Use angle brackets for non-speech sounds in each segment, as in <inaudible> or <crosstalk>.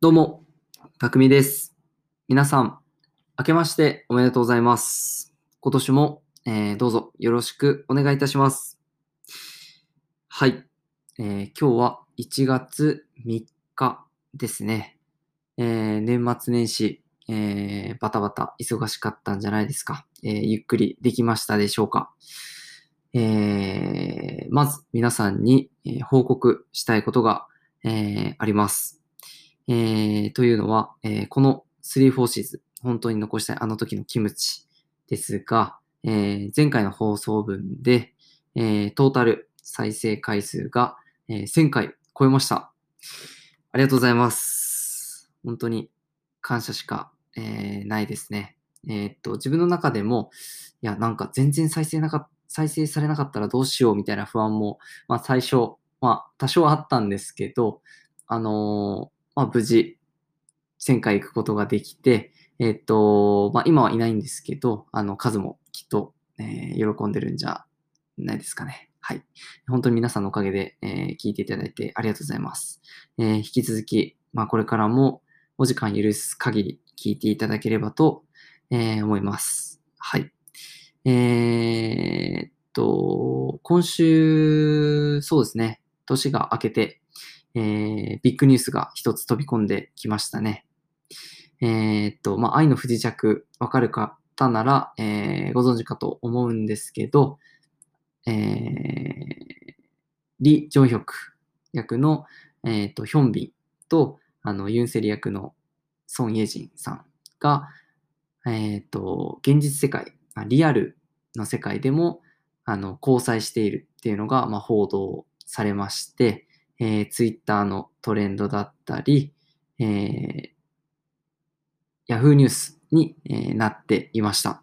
どうも、たくみです。皆さん、明けましておめでとうございます。今年も、えーどうぞよろしくお願いいたします。はい、えー今日は1月3日ですね。えー年末年始、えーバタバタ忙しかったんじゃないですか、えーゆっくりできましたでしょうか、えーまず皆さんに、えー報告したいことが、えーあります。えーというのは、えーこの3、4シーズン、本当に残したいあの時のキムチですが、えー前回の放送分で、えートータル再生回数が、えー1000回超えました。ありがとうございます。本当に感謝しか、えーないですね。えーっと、自分の中でも、いや、なんか全然再生なか再生されなかったらどうしようみたいな不安も、まあ最初、まあ多少あったんですけど、あのーまあ、無事、1000回行くことができて、えっ、と、まあ、今はいないんですけど、あの、数もきっと、えー喜んでるんじゃないですかね。はい。本当に皆さんのおかげで、えー聞いていただいてありがとうございます。えー引き続き、まあ、これからもお時間許す限り聞いていただければと、えー思います。はい。えーっと、今週、そうですね。年が明けて、えービッグニュースが一つ飛び込んできましたね。えーっと、まあ、愛の不時着、わかる方なら、えーご存知かと思うんですけど、えーリ・ジョンヒョク役の、えーっとヒョンビンとあのユンセリ役のソン・イェジンさんが、えーっと現実世界、まあリアルの世界でもあの交際しているっていうのが、まあ、報道されまして、えー、Twitter のトレンドだったり、えー、Yahoo ニュースに、えーなっていました。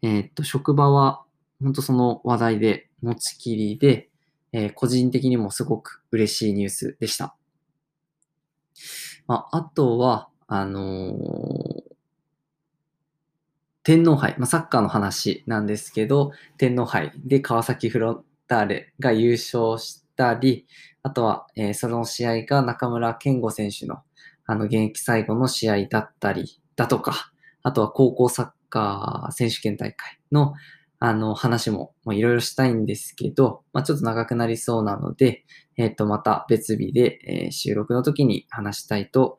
えーっと、職場は本当その話題で持ちきりで、えー個人的にもすごく嬉しいニュースでした。まあ、あとは、あのー天皇杯、まあ、サッカーの話なんですけど、天皇杯で川崎フロンターレが優勝したり、あとは、えーその試合が中村健吾選手のあの現役最後の試合だったりだとか、あとは高校サッカー選手権大会のあの話ももういろいろしたいんですけど、まあ、ちょっと長くなりそうなので、えっ、と、また別日で、えー収録の時に話したいと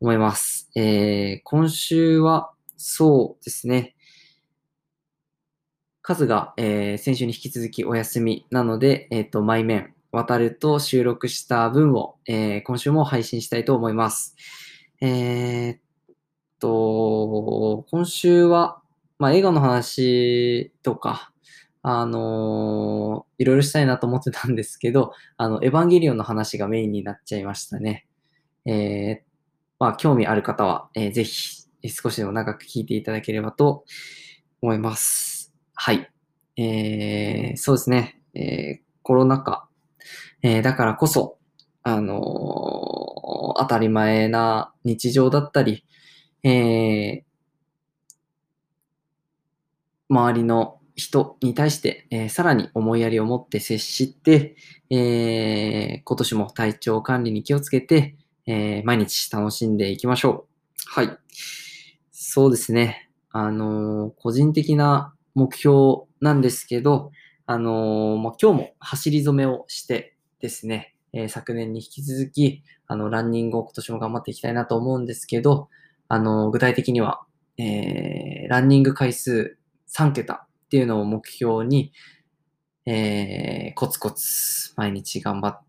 思います。えー今週はそうですね、カズが、えー先週に引き続きお休みなので、えっ、と、前面、渡ると収録した分を、えー今週も配信したいと思います。えーっと、今週は、まあ、映画の話とか、あのーいろいろしたいなと思ってたんですけど、あの、エヴァンゲリオンの話がメインになっちゃいましたね。えーまあ、興味ある方は、えーぜひ、えー少しでも長く聞いていただければと思います。はい。えーそうですね。えーコロナ禍、えーだからこそ、あのー当たり前な日常だったり、えー周りの人に対して、えーさらに思いやりを持って接して、えー今年も体調管理に気をつけて、えー毎日楽しんでいきましょう。はい。そうですね。あのー個人的な目標なんですけど、あのーまあ、今日も走り初めをしてですね、えー昨年に引き続き、あの、ランニングを今年も頑張っていきたいなと思うんですけど、あのー具体的には、えーランニング回数3桁っていうのを目標に、えーコツコツ毎日頑張っ、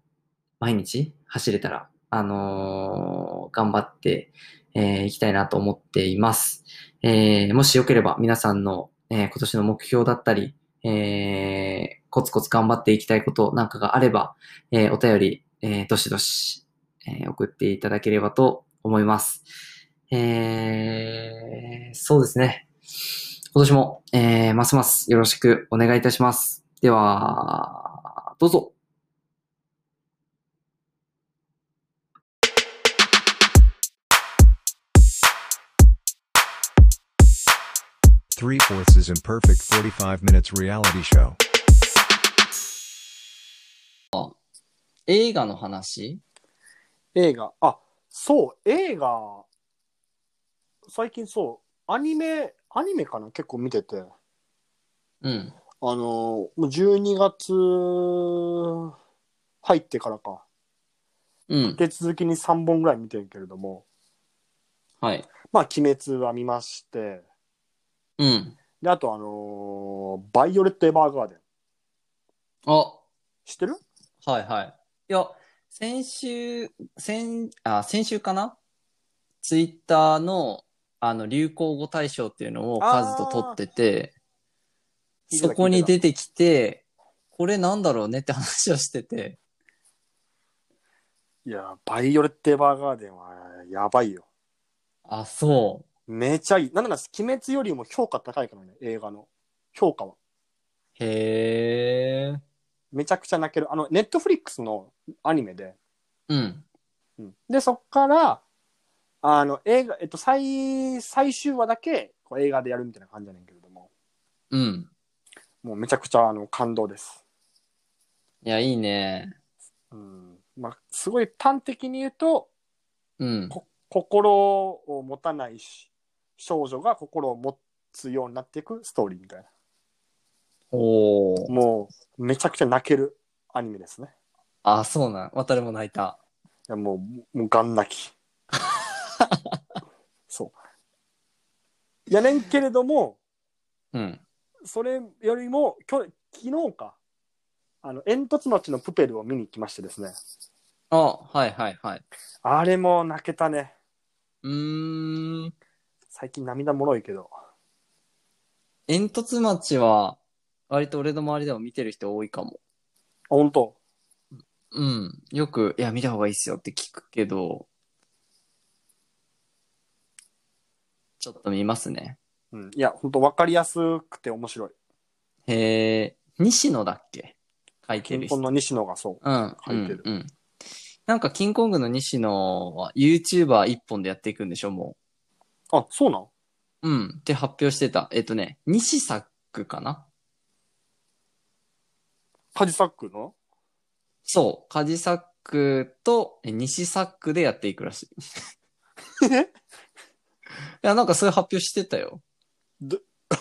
毎日走れたら、あのー頑張って、えーいきたいなと思っています。えーもしよければ皆さんの、えー今年の目標だったり、えーコツコツ頑張っていきたいことなんかがあれば、えーお便り、えーどしどし、えー送っていただければと思います。えーそうですね。今年も、えーますますよろしくお願いいたします。では、どうぞ。 Three fourths is imperfect 45 minutes reality show. 映画の話映画。あ、そう、映画、最近そう、アニメ、アニメかな結構見てて。うん。あのー、もう12月入ってからか。うん。で、続きに3本ぐらい見てるけれども、はい。まあ、鬼滅は見まして、うん。で、あとあのーバイオレット・エヴァーガーデン。あ、は知ってるいはい。いや、先週、先、あ、先週かなツイッターの、あの、流行語大賞っていうのをカズと取ってて、聞いてたそこに出てきて、これなんだろうねって話をしてて、いや、バイオレット・エヴァーガーデンはやばいよ。あ、そめちゃいい。なんなら、鬼滅よりも評価高いからね、映画の。評価は。う。へえ。めちゃくちゃ泣ける。あの、ネットフリックスのアニメで。うん。うんで、そっから、あの、映画、えっと、最、最終話だけ、こう映画でやるみたいな感じじゃないけれども、うん。もうめちゃくちゃ、あの、感動です。いや、いいね。うん。まあ、すごい端的に言うと、うん。こ心を持たないし、少女が心を持つようになっていくストーリーみたいな。おー。もう、めちゃくちゃ泣けるアニメですね。あ、そうなん。渡るも泣いた。いやもう、もうガン泣き。 <laughs> そう。やねんけれども、うん。それよりも、きょ昨日か、あの、煙突町のプペルを見に行きましてですね。あ、はいはいはい。あれも泣けたね。うーん。最近涙もろいけど。煙突町は、割と俺の周りでも見てる人多いかも。あ、本当うん。よく、いや、見た方がいいっすよって聞くけど、ちょっと見ますね。うん。いや、本当わかりやすくて面白い。へえ、西野だっけ書いてる日人。本の西野がそう。うん。書いてるうん、うん。なんか、キングコングの西野は YouTuber 一本でやっていくんでしょ、もあ、そうなんう。うん。って発表してた。えっとね、西作かなカジサックの <laughs> そう。カジサックとえ西サックでやっていくらしい。いえや、なんかそういう発表してたよ。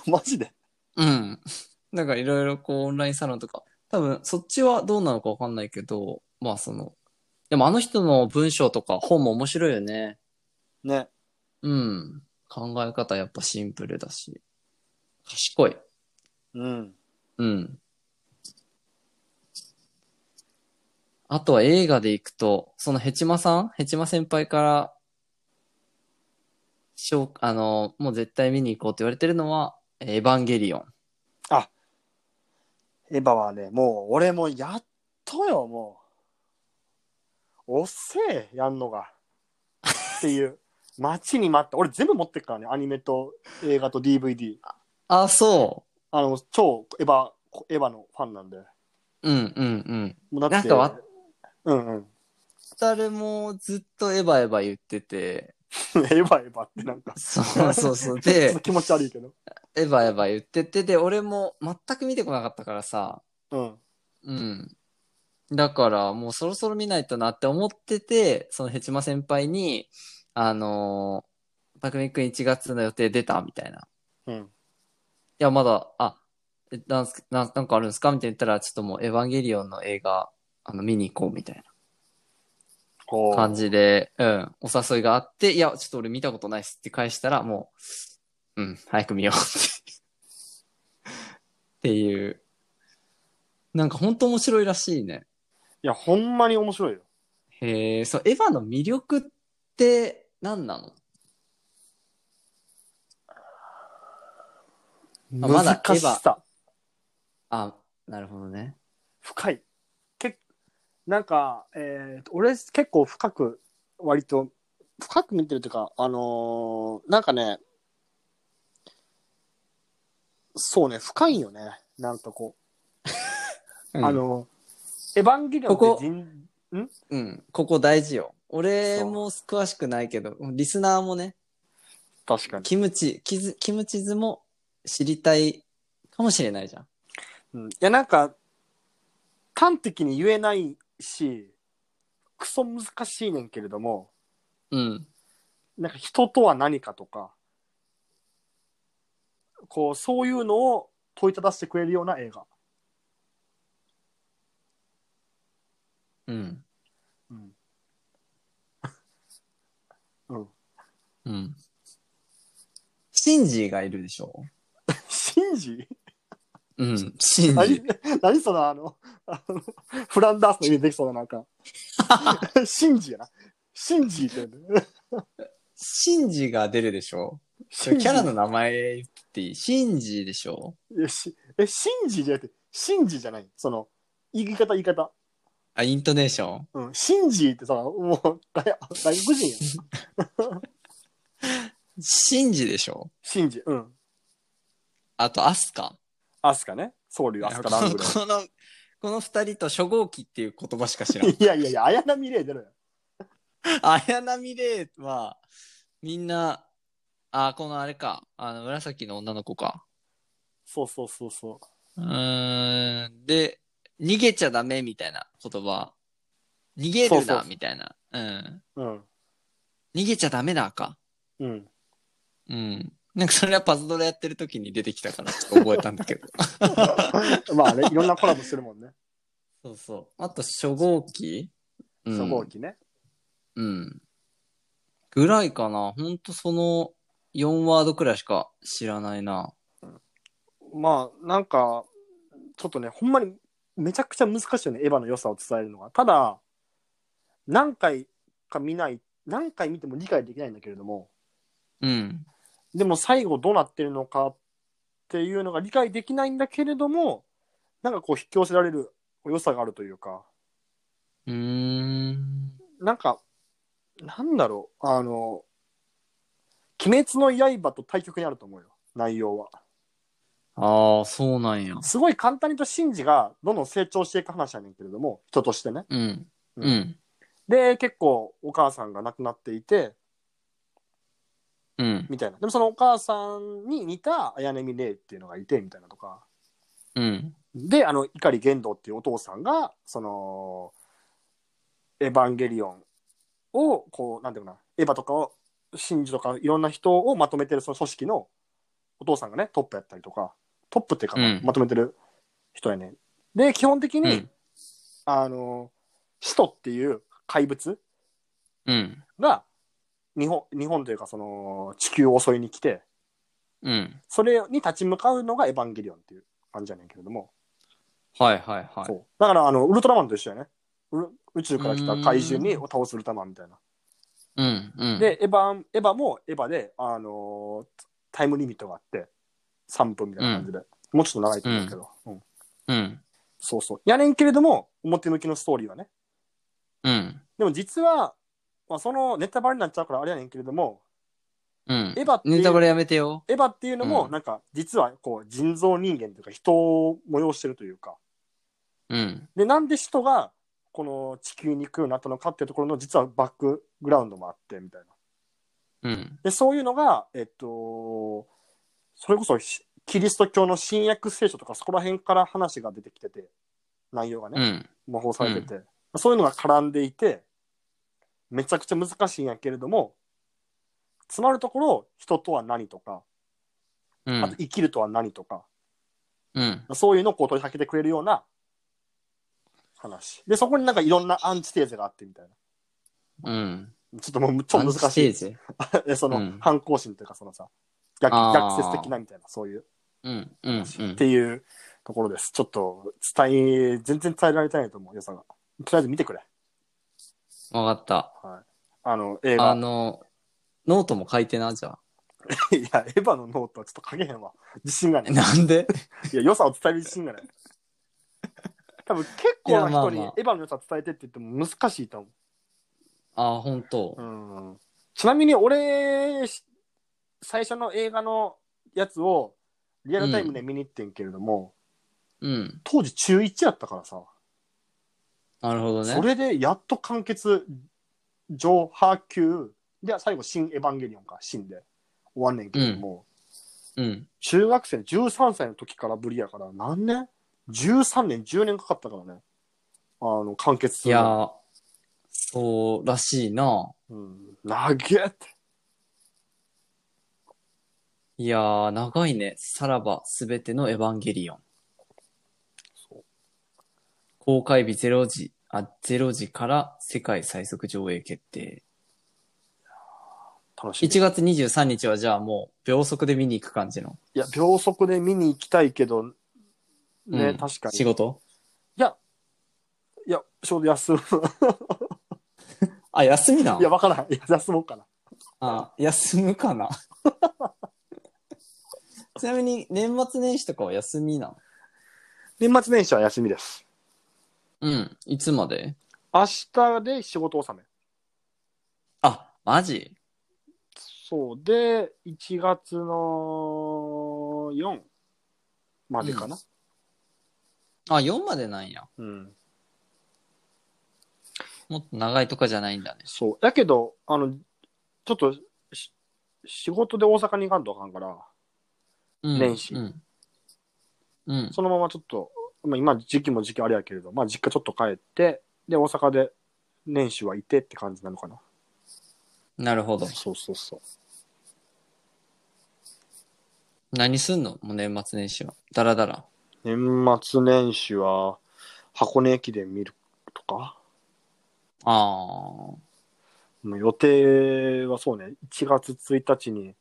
マジでうん。なんかいろいろこうオンラインサロンとか、多分そっちはどうなのかわかんないけど、まあその、でもあの人の文章とか本も面白いよね。ね。うん。考え方やっぱシンプルだし。賢い。うん。うん。あとは映画で行くと、そのヘチマさんヘチマ先輩から、しょう、あの、もう絶対見に行こうって言われてるのは、エヴァンゲリオン。エヴァはね、もう、俺もやっとよ、もう。おっせえ、やんのが。っていう。待ちに待った。俺全部持ってっからね、アニメと映画と DVD。あ、そあの、超エヴァ、エヴァのファンなんで。もう。うんうんうん。うだってなんかわうんうん。 <laughs> 誰もずっとエヴァエヴァ言ってて、エヴァエヴァってなんか、そうそうそう。ちょで <laughs> っと、気持ち悪いけど。エヴァエヴァ言ってて、で、俺も全く見てこなかったからさ、うん。うん。だから、もうそろそろ見ないとなって思ってて、そのヘチマ先輩に、あのー、たくみくん1月の予定出たみたいな。うん。いや、まだ、あ、えなんすなんなんかあるんですかみたいな言ったら、ちょっともうエヴァンゲリオンの映画、あの、見に行こうみたいこな感じで、うん、お誘いがあって、いや、ちょっと俺見たことないっすって返したら、もう、うん、早く見ようって。って <laughs> いう。なんか本当面白いらしいね。いや、ほんまに面白いよ。へえ、そう、エヴァの魅力って何なのあまだエヴァ難しさ。あ、なるほどね。深い。けなんか、えーと、俺結構深く、割と、深く見てるというか、あのーなんかね、そうね、深いよね。なんかこう、あ、の、エヴァンゲリオンこっこて人うん、ここ大事よ。俺そうも詳しくないけど、リスナーもね、確かに。キムチ、キズキムチズも知りたいかもしれないじゃん。うんいやなんか端的に言えないしクソ難しいねんけれどもうん。なんか人とは何かとか、こう、そういうのを問いただしてくれるような映画。うん。うん。 <laughs> うん。うん。シンジーがいるでしょシンジうん。シンジ何。何そのあ <laughs> の、あの、フランダースの意味できそうなな <laughs> んか。シンジやな。シンジって言うんだよね。シンジが出るでしょシキャランの名前言っていいシンジでしょジいやしえ、シンジじゃなくて、シンジじゃない。その、言い方言い方。あ、イントネーション。うん。シンジってさ、もう、外外国人やん。シンジでしょシンジ。うん。あと、アスカ。アスカね。ソウルアスカラングこの、このこの二人と初号機っていう言葉しか知らレん。イ。いやいやいや、綾波レイ出ろよ。綾波レイは、みんな、あ、このあれか。あの、紫の女の子か。そうそうそうそうーん。で、逃げちゃダメみたいな言葉。逃げそうるそうなそうみたいな。うん。う。うん。逃げちゃダメだか。うん。 <laughs> うん。なんかそれはパズドラやってる時に出てきたからちょっと覚えたんだ <laughs> けど。まあね、いろんなコラボするもんね。そうそう。あと初号機初号機。機ね。うん。ぐらいかな。ほんとその4ワードくらいしか知らないな。まあ、なんか、ちょっとね、ほんまにめちゃくちゃ難しいよね、エヴァの良さを伝えるのが。ただ、何回か見ない、何回見ても理解できないんだけれども、うん。でも最後どうなってるのかっていうのが理解できないんだけれども、なんかこう引き寄せられる良さがあるというか、うーん。なんか、なんだろう、あの、鬼滅の刃と対極にあると思うよ、内容は。ああ、そうなんや。すごい簡単に言うと、シンジがどんどん成長していく話やねんけれども、人としてね。うん。ううんん。で、結構お母さんが亡くなっていて、うん。みたいな。でもそのお母さんに似た綾波レイっていうのがいて、みたいなとか。うん。で、あの、碇玄道っていうお父さんが、その、エヴァンゲリオンを、こう、なんていうのかな、エヴァとかを、シンジとかいろんな人をまとめてるその組織のお父さんがね、トップやったりとか、トップっていうか、うんまとめてる人やねん。で、基本的うに、ん。あの、使徒っていう怪物うん。が日本日本というかその地球を襲いに来てうん。それに立ち向かうのがエヴァンゲリオンっていう感じやねんけれども、はいはいはそい。うだからあのウルトラマンと一緒やねウル宇宙から来た怪獣にうーん倒すウルトラマンみたいなうん。うん。、でエヴァンエヴァもエヴァで、あのータイムリミットがあって3分みたいな感じで、もうちょっと長いと思うけど、うんうん。そうそうやねんけれども表向きのストーリーはねうん。でも実は、まあ、そのネタバレになっちゃうからあれやねんけれどもうんエ。ヴァっていうネタバレやめてよ。エヴァっていうのも、うんなんか、実は、こう、人造人間というか、人を催してるというか。うん。で、なんで人が、この地球に行くようになったのかっていうところの、実はバックグラウンドもあって、みたいな。うん。で、そういうのが、えっと、それこそし、キリスト教の新約聖書とか、そこら辺から話が出てきてて、内容がうね、ん。模倣されてて、そういうのが絡んでいて、めちゃくちゃ難しいんやけれども、詰まるところ、人とは何とか、うあとん。生きるとは何とか、うん。そういうのをこう取り掛けてくれるような話。で、そこになんかいろんなアンチテーゼがあってみたいうん。な。ちょっともうちょっと難しアンい。チテーゼえ <laughs> その、うん反抗心というかそのさ逆、あー逆説的なみたいな、そういう、うん。うん。うんっていうところです。ちょっと伝え、全然伝えられてないと思う、良さが。とりあえず見てくれ。わかった。あの、映あ画。の、ノートも書いてな、じゃ <laughs> いや、エヴァのノートはちょっと書けへんわ。自信がなあ。 <laughs> い。なんでいや、良さを伝える自信がない。多分結構ないやま人あにまあエヴァの良さ伝えてって言っても難しいと思う。あ、本当う。んちなみに俺、し最初の映画のやつをリアルタイムで見に行ってんけれども、うん。当時中1やったからさ、なるほどね。それでやっと完結、上波級、で、最後、新エヴァンゲリオンか、新で終わんねんけれども、うん。中学生の13歳の時からぶりやから、何年 ?13 年、10年かかったからね、あの、完結すいるやの。ー、そうらしいな。うん。投げって。いやー、長いね。さらば、すべてのエヴァンゲリオンそう。公開日0時、あ、0時から世界最速上映決定。楽しみ。 1月23日はじゃあもう、秒速で見に行く感じの。いや、秒速で見に行きたいけど、ね、うん確かに。仕事いや、仕事休む。あ、休みないや、わからん。いや休もうかな。あ、休むかな。 <laughs> ちなみに、年末年始とかは休みなの年末年始は休みです。うん。いつまで明日で仕事納め。あ、マジそう。で、1月の4までかな。あ、4までなんや。うん。もっと長いとかじゃないんだね。そう。だけど、あの、ちょっとし、仕事で大阪に行かんとあかんから、うん。年始うん。うん。そのままちょっと、まあ、今時期も時期あれやけれど、まあ実家ちょっと帰って、で、大阪で年始はいてって感じなのかな。なるほど。そうそうそう。何すんのもう年末年始は。だらだら。年末年始は、箱根駅伝見るとか、あもう予定はそうね、1月1日に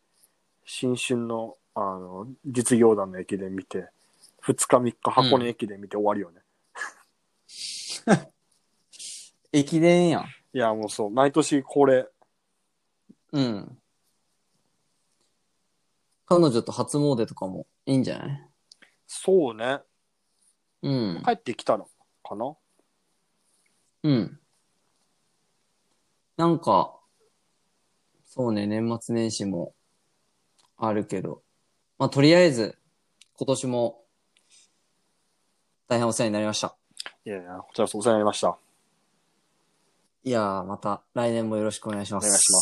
新春のあの実業団の駅伝見て、2日3日箱根駅伝見て終わりよね。ー。駅伝やん。いや、もうそう、毎年恒例。うん。彼女と初詣とかもいいんじゃないそうね。うん。帰ってきたのかなうん。なんか、そうね、年末年始もあるけど。まあ、とりあえず、今年も大変お世話になりました。いやいや、こちらこそお世話になりました。いやー、また来年もよろしくお願いします。お願いしま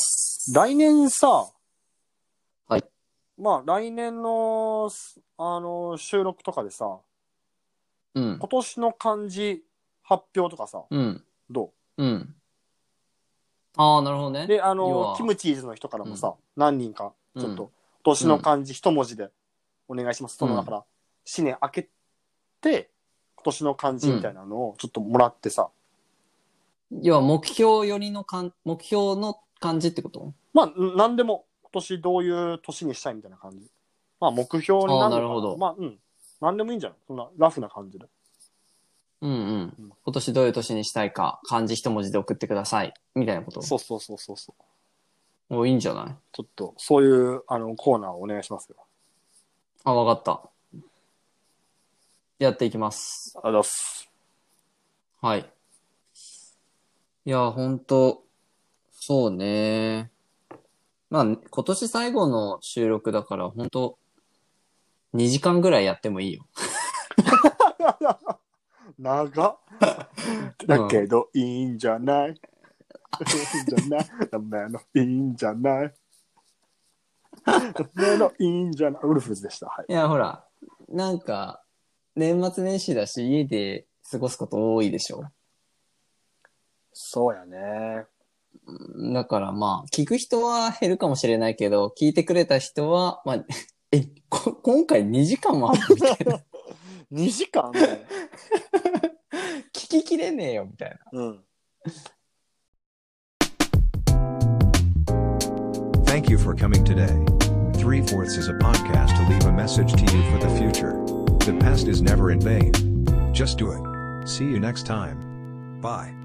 来年さ、はい。まあ来年の、すあの、収録とかでさ、うん今。年の漢字発表とかさ、うん。どうん。ああ、なるほどうね。 <laughs> で、あ要のは、キムチーズの人からもさ、何人か、ちょっと、今年の漢字一文字でお願いします。その、だから、新年明けて、今年の漢字みたいなのをちょっともらってさ、要は目標よりのかん、目標の感じってことまあ、ん何でも、今年どういう年にしたいみたいな感じ。まあ、目標になるのかあーなるほどまあ、うん。何でもいいんじゃないそんな、ラフな感じで。うんうん。今年どういう年にしたいか、漢字一文字で送ってください。みたいなこと。そうそうそうそうそう。おいいんじゃないちょっと、そういう、あの、コーナーをお願いしますよ。あ、わかった。やっていきます。ありがとうございます。はい。いや、ほんと、そうね。まあ、今年最後の収録だから、ほんと、2時間ぐらいやってもいいよ。長っだけど、いいんじゃないいいんじゃないダメの、いいんじゃないダメの、いいんじゃないウルフズでした。はい。いや、ほら、なんか、年末年始だし、家で過ごすこと多いでしょ。そうや <laughs> ね。だからまあ、聞く人は減るかもしれないけど、聞いてくれた人は、まあ、 <laughs> え、こ <laughs> 今回2時間もあ <laughs> るみたいな。 2時間、聞ききれねえよ、みたいな。うん。 Thank you for coming today. Three Fourths is a podcast to leave a message to you for the future. The past is never in vain. Just do it. See you next time. Bye.